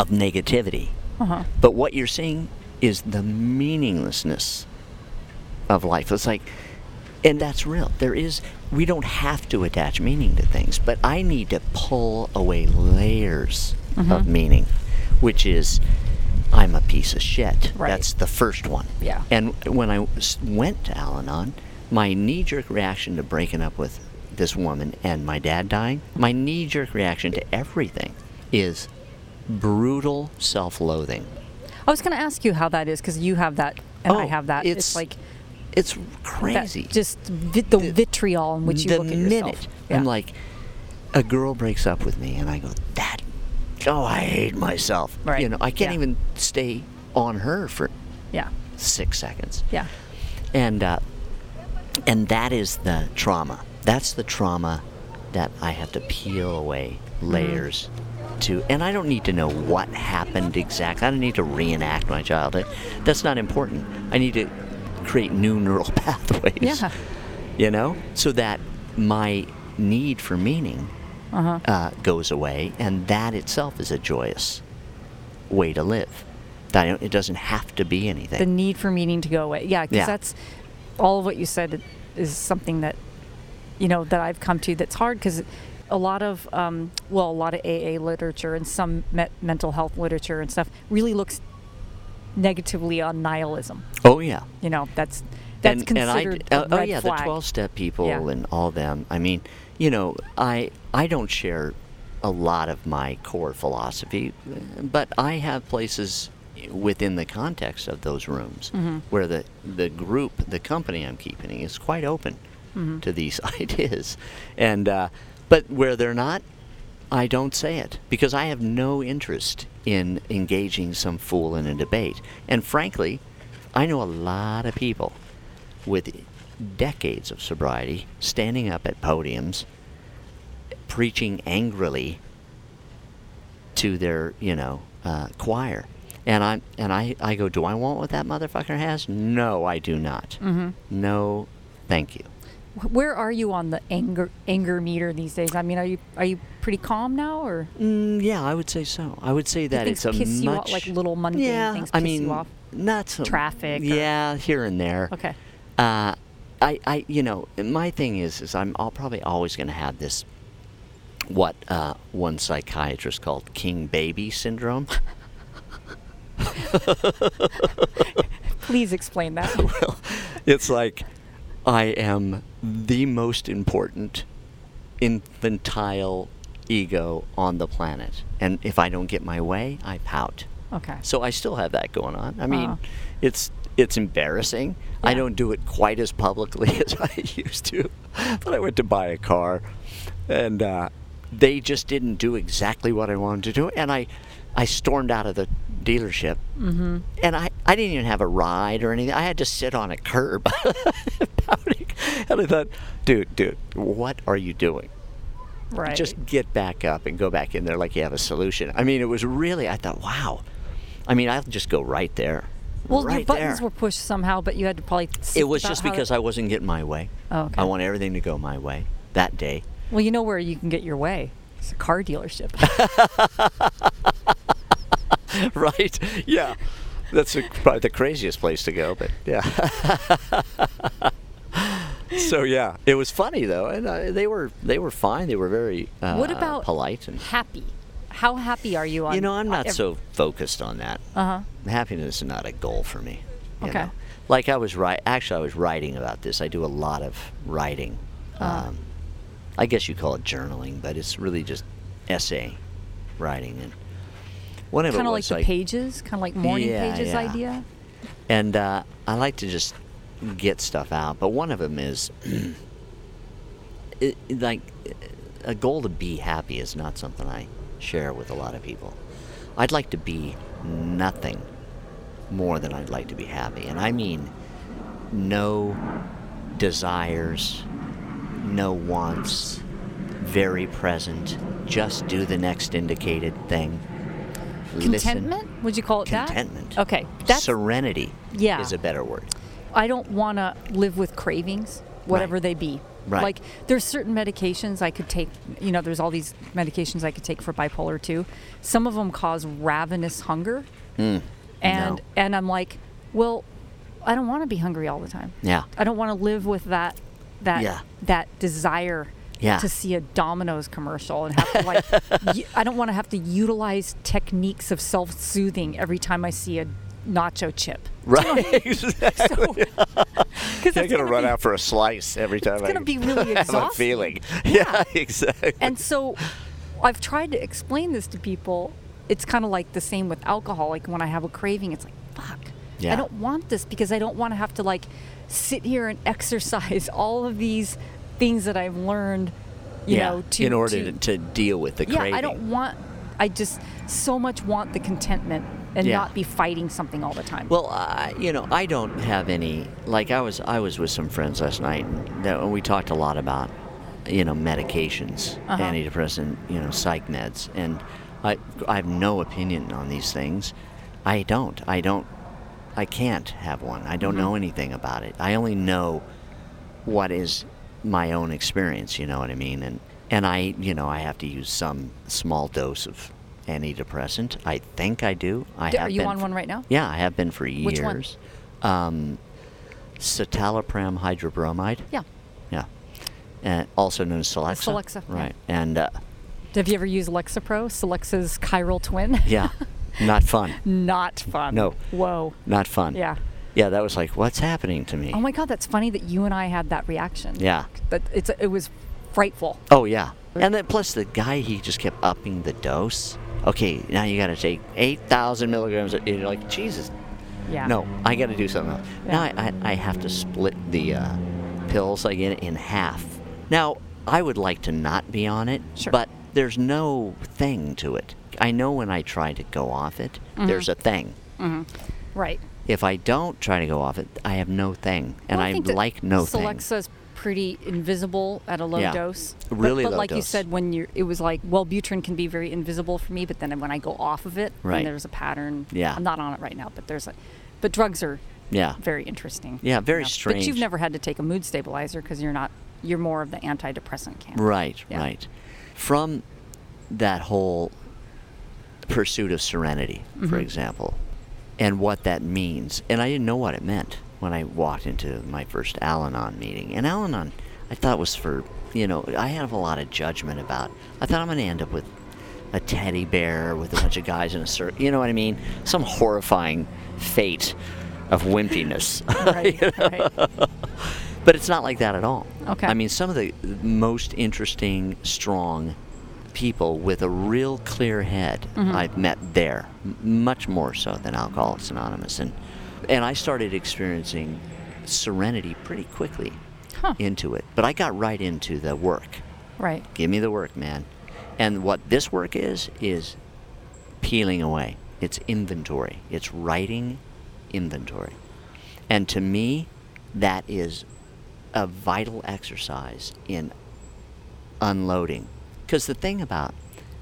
of negativity.
Uh-huh.
But what you're seeing is the meaninglessness of life. It's like, and that's real. There is, we don't have to attach meaning to things, but I need to pull away layers of
Mm-hmm.
meaning, which is, I'm a piece of shit.
Right.
That's the first one.
Yeah.
And when I s- went to Al Anon, my knee jerk reaction to breaking up with this woman and my dad dying, my knee jerk reaction to everything is brutal self loathing.
I was going to ask you how that is because you have that and I
Oh,
have that. It's,
it's
like
It's
that,
crazy.
just vi- the, vitriol in which you
the
look at yourself.
minute
Yeah.
I'm like, a girl breaks up with me, and I go, that, oh, I hate myself.
Right.
You know, I can't
Yeah.
even stay on her for
yeah,
six seconds.
yeah,
And uh, and that is the trauma. That's the trauma that I have to peel away layers to. And I don't need to know what happened exactly. I don't need to reenact my childhood. That's not important. I need to create new neural pathways
yeah.
you know so that my need for meaning uh goes away and that itself is a joyous way to live That I don't- it doesn't have to be anything
The need for meaning to go away. Yeah, because
Yeah.
that's all of what you said is something that you know that I've come to. That's hard because a lot of um, well, a lot of AA literature and some me- mental health literature and stuff really looks negatively on nihilism.
oh yeah
You know, that's that's
and, and I d-
considered
oh,
a
oh,
red
yeah
flag.
the 12 step people
Yeah.
and all them i mean you know i i don't share a lot of my core philosophy, but I have places within the context of those rooms
Mm-hmm.
where the, the group, the company I'm keeping is quite open
Mm-hmm.
to these ideas. And, uh, but where they're not, I don't say it because I have no interest in engaging some fool in a debate. And frankly, I know a lot of people with decades of sobriety standing up at podiums preaching angrily to their, you know, uh, choir. And I and I, I go, do I want what that motherfucker has? No, I do not.
Mm-hmm.
No, thank you.
Where are you on the anger anger meter these days? I mean, are you are you pretty calm now, or
Mm, yeah, I would say so. I would say that
things
it's a
piss you off,
much
like little mundane
yeah,
things
I
piss you
mean,
off?
not so
Traffic or-
Yeah, here and there.
okay?
Uh, I, I, you know, my thing is, is I'm all, probably always going to have this, what uh, one psychiatrist called king baby syndrome.
Please explain that.
it's like I am the most important infantile ego on the planet, and if I don't get my way, I pout.
Okay.
So I still have that going on. I mean,
Wow.
it's it's embarrassing. I
Yeah.
don't do it quite as publicly as I used to, but I went to buy a car, and uh, they just didn't do exactly what I wanted to do, and I I stormed out of the dealership, mm-hmm. and I I didn't even have a ride or anything. I had to sit on a curb, pouting, and I thought, dude, dude, what are you doing?
Right.
just get back up and go back in there like you have a solution. I mean, it was really, I thought, wow. I mean, I'll just go right there.
well,
right
your buttons
there.
were pushed somehow, but you had to probably.
It was just because I wasn't getting my way.
Oh, okay.
I want everything to go my way that day.
Well, you know where you can get your way. It's a car dealership.
right? Yeah. That's a, probably the craziest place to go, but yeah. so yeah, it was funny though, and uh, they were they were fine. They were very uh,
what about
polite and
happy? How happy are you on?
You know, I'm
on
not
ev- uh-huh.
so focused on that. Uh huh. Happiness is not a goal for me. you
Okay.
know. Like I was right. Actually, I was writing about this. I do a lot of writing.
Uh.
Um, I guess you call it journaling, but it's really just essay writing and one of it
Kind of like
was
the pages, kind of like morning
Yeah,
pages
yeah.
idea.
and uh, I like to just get stuff out. But one of them is it, it- like a goal to be happy is not something I share with a lot of people. I'd like to be nothing more than I'd like to be happy, and I mean no desires, no wants, very present. Just do the next indicated thing. Listen
Contentment? Would you call it
contentment.
that? Okay, that's
serenity.
Yeah.
is a better word.
I don't want to live with cravings, whatever
Right.
they be.
Right.
Like there's certain medications I could take. You know, there's all these medications I could take for bipolar too. Some of them cause ravenous hunger, and
Hmm. no.
and I'm like, well, I don't want to be hungry all the time.
Yeah.
I don't want to live with that that
Yeah.
that desire.
Yeah.
To see a Domino's commercial and have to like, y- I don't want to have to utilize techniques of self-soothing every time I see a nacho chip.
Right. Exactly.
Because
I'm gonna run out for a slice every time. It's I
gonna be really
have a
exhausting.
feeling. Yeah, exactly.
And so I've tried to explain this to people. It's kind of like the same with alcohol. Like when I have a craving, it's like, fuck,
Yeah.
I don't want this because I don't want to have to like sit here and exercise all of these things that I've learned, you
yeah.
know, to.
in order to, to deal with the
yeah,
craving.
I don't want, I just so much want the contentment and
Yeah.
not be fighting something all the time.
Well, I, you know, I don't have any. Like I was, I was with some friends last night, and that- we talked a lot about, you know, medications,
Uh-huh.
antidepressant, you know, psych meds, and I, I have no opinion on these things. I don't. I don't. I can't have one. I don't
Mm-hmm.
know anything about it. I only know what is my own experience. You know what I mean? And and I, you know, I have to use some small dose of antidepressant. I think I do. I
D-
have
are you
been
on
f-
one right now?
yeah, I have been for years.
Which one?
Um, citalopram hydrobromide.
Yeah.
Yeah. Uh, also known as Celexa.
Celexa, yeah.
Right. And uh,
Have you ever used Lexapro, Celexa's chiral twin?
yeah, not fun.
not fun.
No.
Whoa.
Not fun.
Yeah.
Yeah, that was like, what's happening to me?
Oh my God, that's funny that you and I had that reaction.
Yeah.
But it's it was frightful.
Oh yeah, and then plus the guy he just kept upping the dose. Okay, now you got to take eight thousand milligrams. And you're like Jesus.
Yeah.
No, I got to do something else. Now I, I, I have to split the uh, pills I get in half. Now I would like to not be on it,
Sure.
but there's no thing to it. I know when I try to go off it,
Mm-hmm.
there's a thing.
Right.
If I don't try to go off it, I have no thing, and
Well,
I,
think that
like no thing.
Celexa pretty invisible at a low
Yeah.
dose.
Really
but, but
low
like you
dose.
said, when you are it was like well, Butrin can be very invisible for me, but then when I go off of it,
Right.
and there's a pattern.
Yeah.
I'm not on it right now, but there's a, but drugs are
Yeah.
very interesting.
Yeah, very
But
strange.
you've never had to take a mood stabilizer because you're not you're more of the antidepressant camp.
Right,
Yeah.
right. From that whole pursuit of serenity,
Mm-hmm.
for example, and what that means. And I didn't know what it meant when I walked into my first Al Anon meeting. And Al Anon, I thought was for, you know, I have a lot of judgment about. I thought I'm going to end up with a teddy bear with a bunch of guys in a circle. You know what I mean? Some horrifying fate of wimpiness.
Right. right.
But it's not like that at all.
Okay.
I mean, some of the most interesting, strong people with a real clear head
Mm-hmm.
I've met there, m- much more so than Alcoholics Anonymous, and and I started experiencing serenity pretty quickly
Huh.
into it. But I got right into the work.
Right.
Give me the work, man. And what this work is, is peeling away. It's inventory, it's writing inventory. And to me, that is a vital exercise in unloading. Because the thing about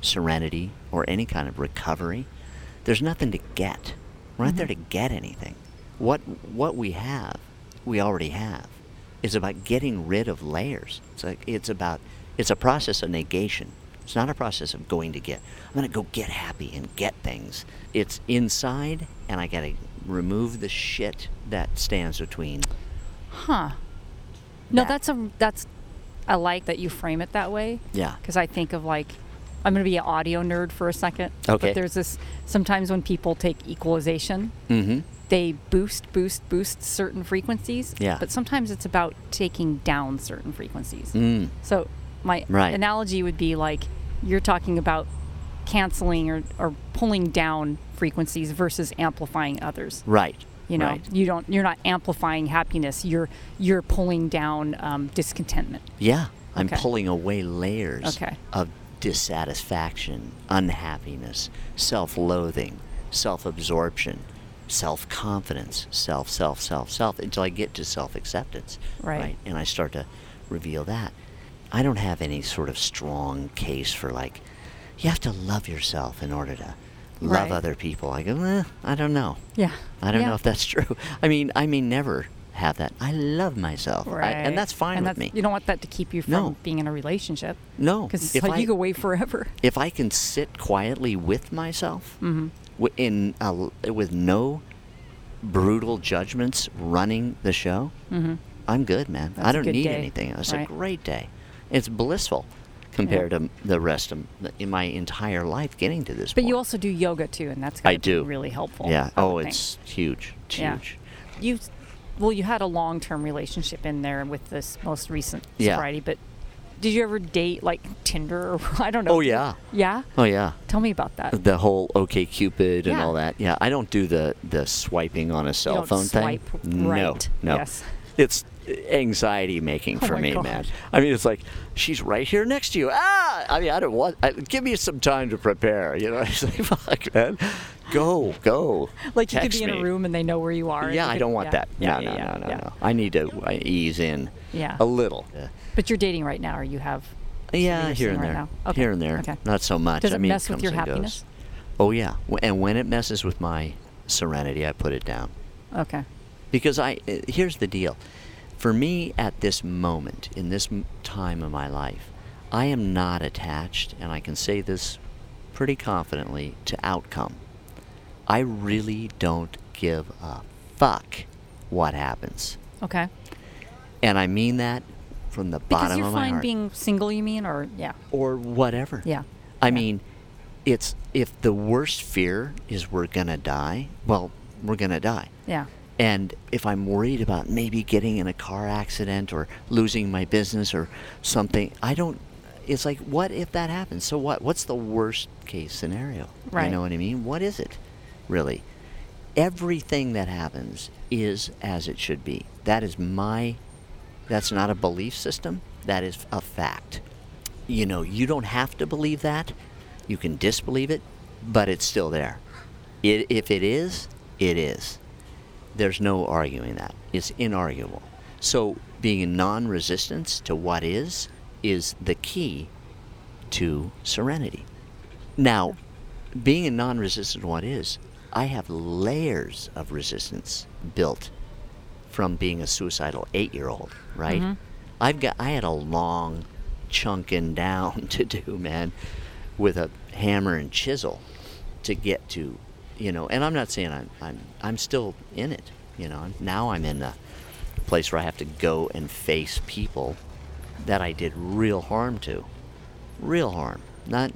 serenity or any kind of recovery, there's nothing to get. We're not there
Mm-hmm.
to get anything. What, what we have, we already have. It's about getting rid of layers. It's, like, it's about, it's a process of negation. It's not a process of going to get. I'm going to go get happy and get things. It's inside, and I got to remove the shit that stands between.
Huh. No,
that.
that's a that's I like that you frame it that way.
Yeah.
Because I think of like I'm going to be an audio nerd for a second.
Okay.
But there's this sometimes when people take equalization,
Mm-hmm.
they boost, boost, boost certain frequencies.
Yeah.
But sometimes it's about taking down certain frequencies.
Mm.
So my
Right.
analogy would be like you're talking about canceling or, or pulling down frequencies versus amplifying others
Right.
you know
Right.
you don't you're not amplifying happiness you're you're pulling down um, discontentment
Yeah, I'm
Okay.
pulling away layers
Okay.
of dissatisfaction, unhappiness, self-loathing, self-absorption, self-confidence, self, self, self, self, until I get to self-acceptance.
Right.
And I start to reveal that. I don't have any sort of strong case for like, you have to love yourself in order to love
Right.
other people. I go, eh, I don't know.
yeah
I don't
Yeah.
know if that's true. I mean, I may never have that. I love myself, I-
right
and that's fine
and
with
that's-
me.
you don't want that to keep you from
No.
being in a relationship
No,
because
if
it's like
I-
you go away forever
if I can sit quietly with myself,
Mm-hmm.
wi- in a l with no brutal judgments running the show, I'm good, man.
Mm-hmm. That's
I
a
don't
good
need
day,
anything. It's
right.
a great day. It's blissful compared to the rest of m- in my entire life getting to this.
but
point.
you also do yoga too and that's
I
gotta
do
be really helpful
Yeah.
I
Oh,
would think.
it's huge. It's
Yeah.
huge.
you well you had a long-term relationship in there with this most recent
Yeah.
sobriety but did you ever date like tinder or i don't know
Oh yeah.
yeah
Oh yeah.
tell me about that
the whole OK Cupid and
Yeah.
all that. Yeah, I don't do the the swiping on a cell
don't
phone
swipe
thing.
right.
No, no,
Yes.
it's anxiety making
Oh
for
my
me,
God.
man. I mean, it's like she's right here next to you. Ah, I mean, I don't want. I, give me some time to prepare. You know, it's like fuck, man. Go, go.
like you could
Text
be in
me.
a room and they know where you are and
Yeah,
you
I
could-
don't want
yeah.
that.
Yeah,
no,
yeah,
no,
yeah,
no, no,
yeah.
no. Oh. I need to uh, ease in.
Yeah.
a little. Yeah,
But you're dating right now, or you have? you're
here
seeing
and
right
there,
now. Okay,
here and there.
okay.
Not so much.
Does
I
it
mean,
mess with
comes
your
and goes.
happiness?
Oh yeah, W- and when it messes with my serenity, I put it down.
Okay.
Because I uh, here's the deal. For me at this moment in this m- time of my life, I am not attached and I can say this pretty confidently to outcome. I really don't give a fuck what happens.
Okay.
And I mean that from the
Because
bottom
you
of my
find
heart
being single, you mean, or yeah,
or whatever.
Yeah.
I
Yeah.
mean, it's if the worst fear is we're going to die, well, we're going to die.
yeah,
And if I'm worried about maybe getting in a car accident or losing my business or something, I don't. It's like, what if that happens? So what? What's the worst case scenario?
Right.
You know what I mean? What is it, really? Everything that happens is as it should be. That is my. That's not a belief system. That is a fact. You know, you don't have to believe that. You can disbelieve it, but it's still there. It, if it is, it is there's no arguing that. It's inarguable. So being in non resistance to what is is the key to serenity. Now, being in non resistance to what is, I have layers of resistance built from being a suicidal eight year old, right? I've got I had a long chunking down to do, man, with a hammer and chisel to get to, you know. And I'm not saying I'm I'm I'm still in it, you know. I'm- Now I'm in a place where I have to go and face people that I did real harm to, real harm. Not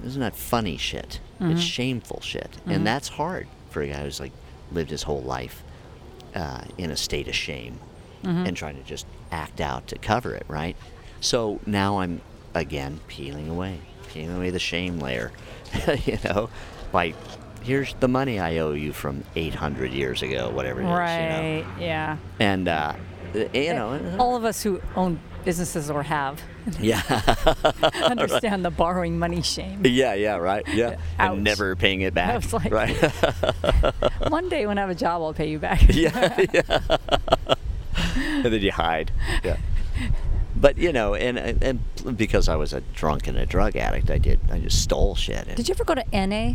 this is not funny shit. It's shameful shit, and that's hard for a guy who's like lived his whole life uh, in a state of shame and trying to just act out to cover it, right? So now I'm again peeling away, peeling away the shame layer, you know, like here's the money I owe you from 800 years ago, whatever it is, you
Right.
know,
Yeah.
and uh, you know, uh-huh. and-
All of us who own businesses or have
yeah.
understand the borrowing money shame.
Yeah, yeah, right. Yeah.
Ouch.
And never paying it back.
was like-
right.
One day when I have a job, I'll pay you back.
yeah, yeah. and then you hide. Yeah. But you know, and and because I was a drunk and a drug addict, I did I just stole shit. And
Did you ever go to NA?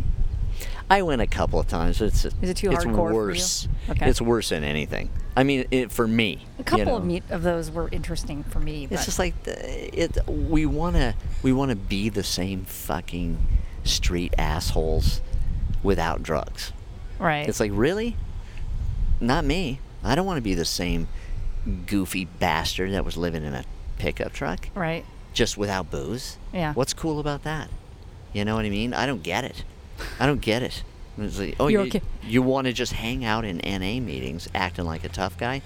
I went a couple of times. It's
Is it too
it's
hardcore for you?
Worse.
Okay.
It's worse than anything. I mean, it, for me.
A couple
you know.
of meet of those were interesting for me.
It's
but-
just like the, it. We wanna we wanna be the same fucking street assholes without drugs.
right.
It's like, really? Not me. I don't want to be the same goofy bastard that was living in a pickup truck
right.
just without booze.
Yeah.
What's cool about that? You know what I mean? I don't get it. I don't get it. It's like, oh,
You're
you,
okay.
you want to just hang out in NA meetings acting like a tough guy?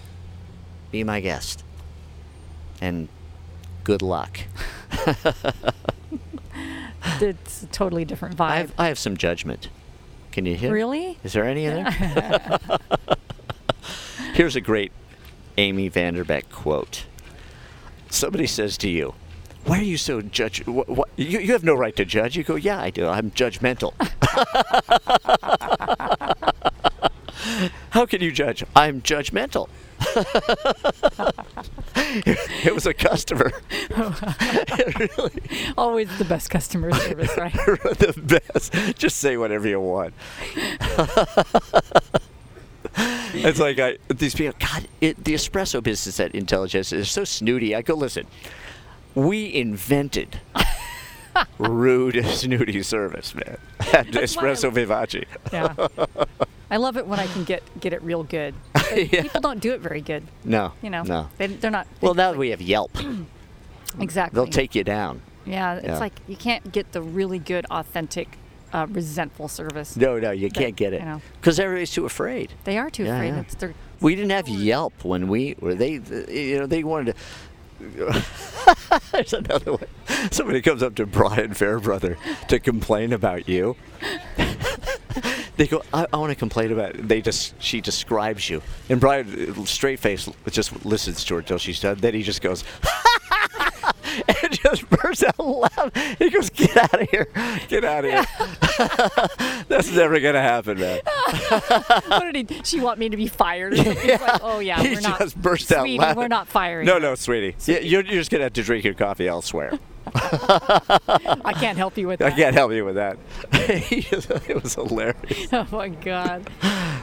Be my guest. And good luck.
It's a totally different vibe.
I have, I have some judgment. Can you hear?
Really?
Is there any in there? Here's a great Amy Vanderbeck quote. Somebody says to you, "Why are you so judge? What, what, you, you have no right to judge." You go, "Yeah, I do. I'm judgmental." How can you judge? I'm judgmental. it was a customer. really.
Always the best customer service, right?
the best. Just say whatever you want. it's like I these people. God, it, the espresso business at Intelligence is so snooty. I go listen. We invented rude, snooty service, man. At Espresso Vivace.
Yeah. I love it when I can get get it real good. But People don't do it very good.
No,
You know.
no.
They, they're not.
Well, now we have Yelp,
exactly.
they'll take you down.
Yeah. It's
yeah.
like you can't get the really good, authentic, uh, resentful service.
No, no, you can't get it
you know.
because everybody's too afraid.
They are too
Yeah,
afraid.
yeah.
It's their
We didn't have Yelp when we were they. You know, they wanted to. There's another one. Somebody comes up to Brian Fairbrother to complain about you. they go, I, I want to complain about. It. They just she describes you, and Brian, straight face, just listens to her till she's done. Then he just goes. And just bursts out laughing. He goes, "Get out of here! Get out of here! That's never gonna happen, man."
what did he, she want me to be fired? Or something? It's like, oh yeah,
he
we're
just
not.
burst out
sweetie,
laughing.
we're not firing.
No,
you.
no, sweetie. Yeah, you're, you're just gonna have to drink your coffee elsewhere.
I can't help you with
I
that.
can't help you with that. He just- it was hilarious.
Oh my god.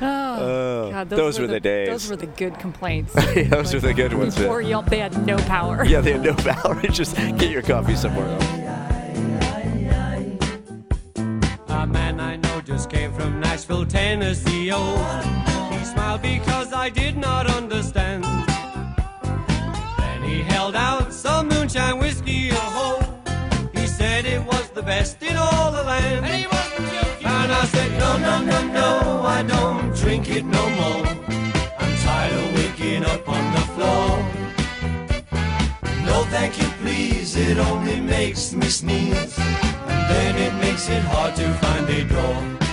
Oh,
God,
those, were, the, days.
Those were the good complaints.
Yeah, those were the good ones.
Before
Yeah.
Yelp, they had no power.
yeah, they had no power. just get your coffee somewhere else.
A man I know just came from Nashville, Tennessee. Oh, he smiled because I did not understand. Then he held out some moonshine whiskey. Oh, he said it was the best in all the land. And, and I said, No, no, no, no, I don't drink it no more. thank you, please. It only makes me sneeze. And then it makes it hard to find a door.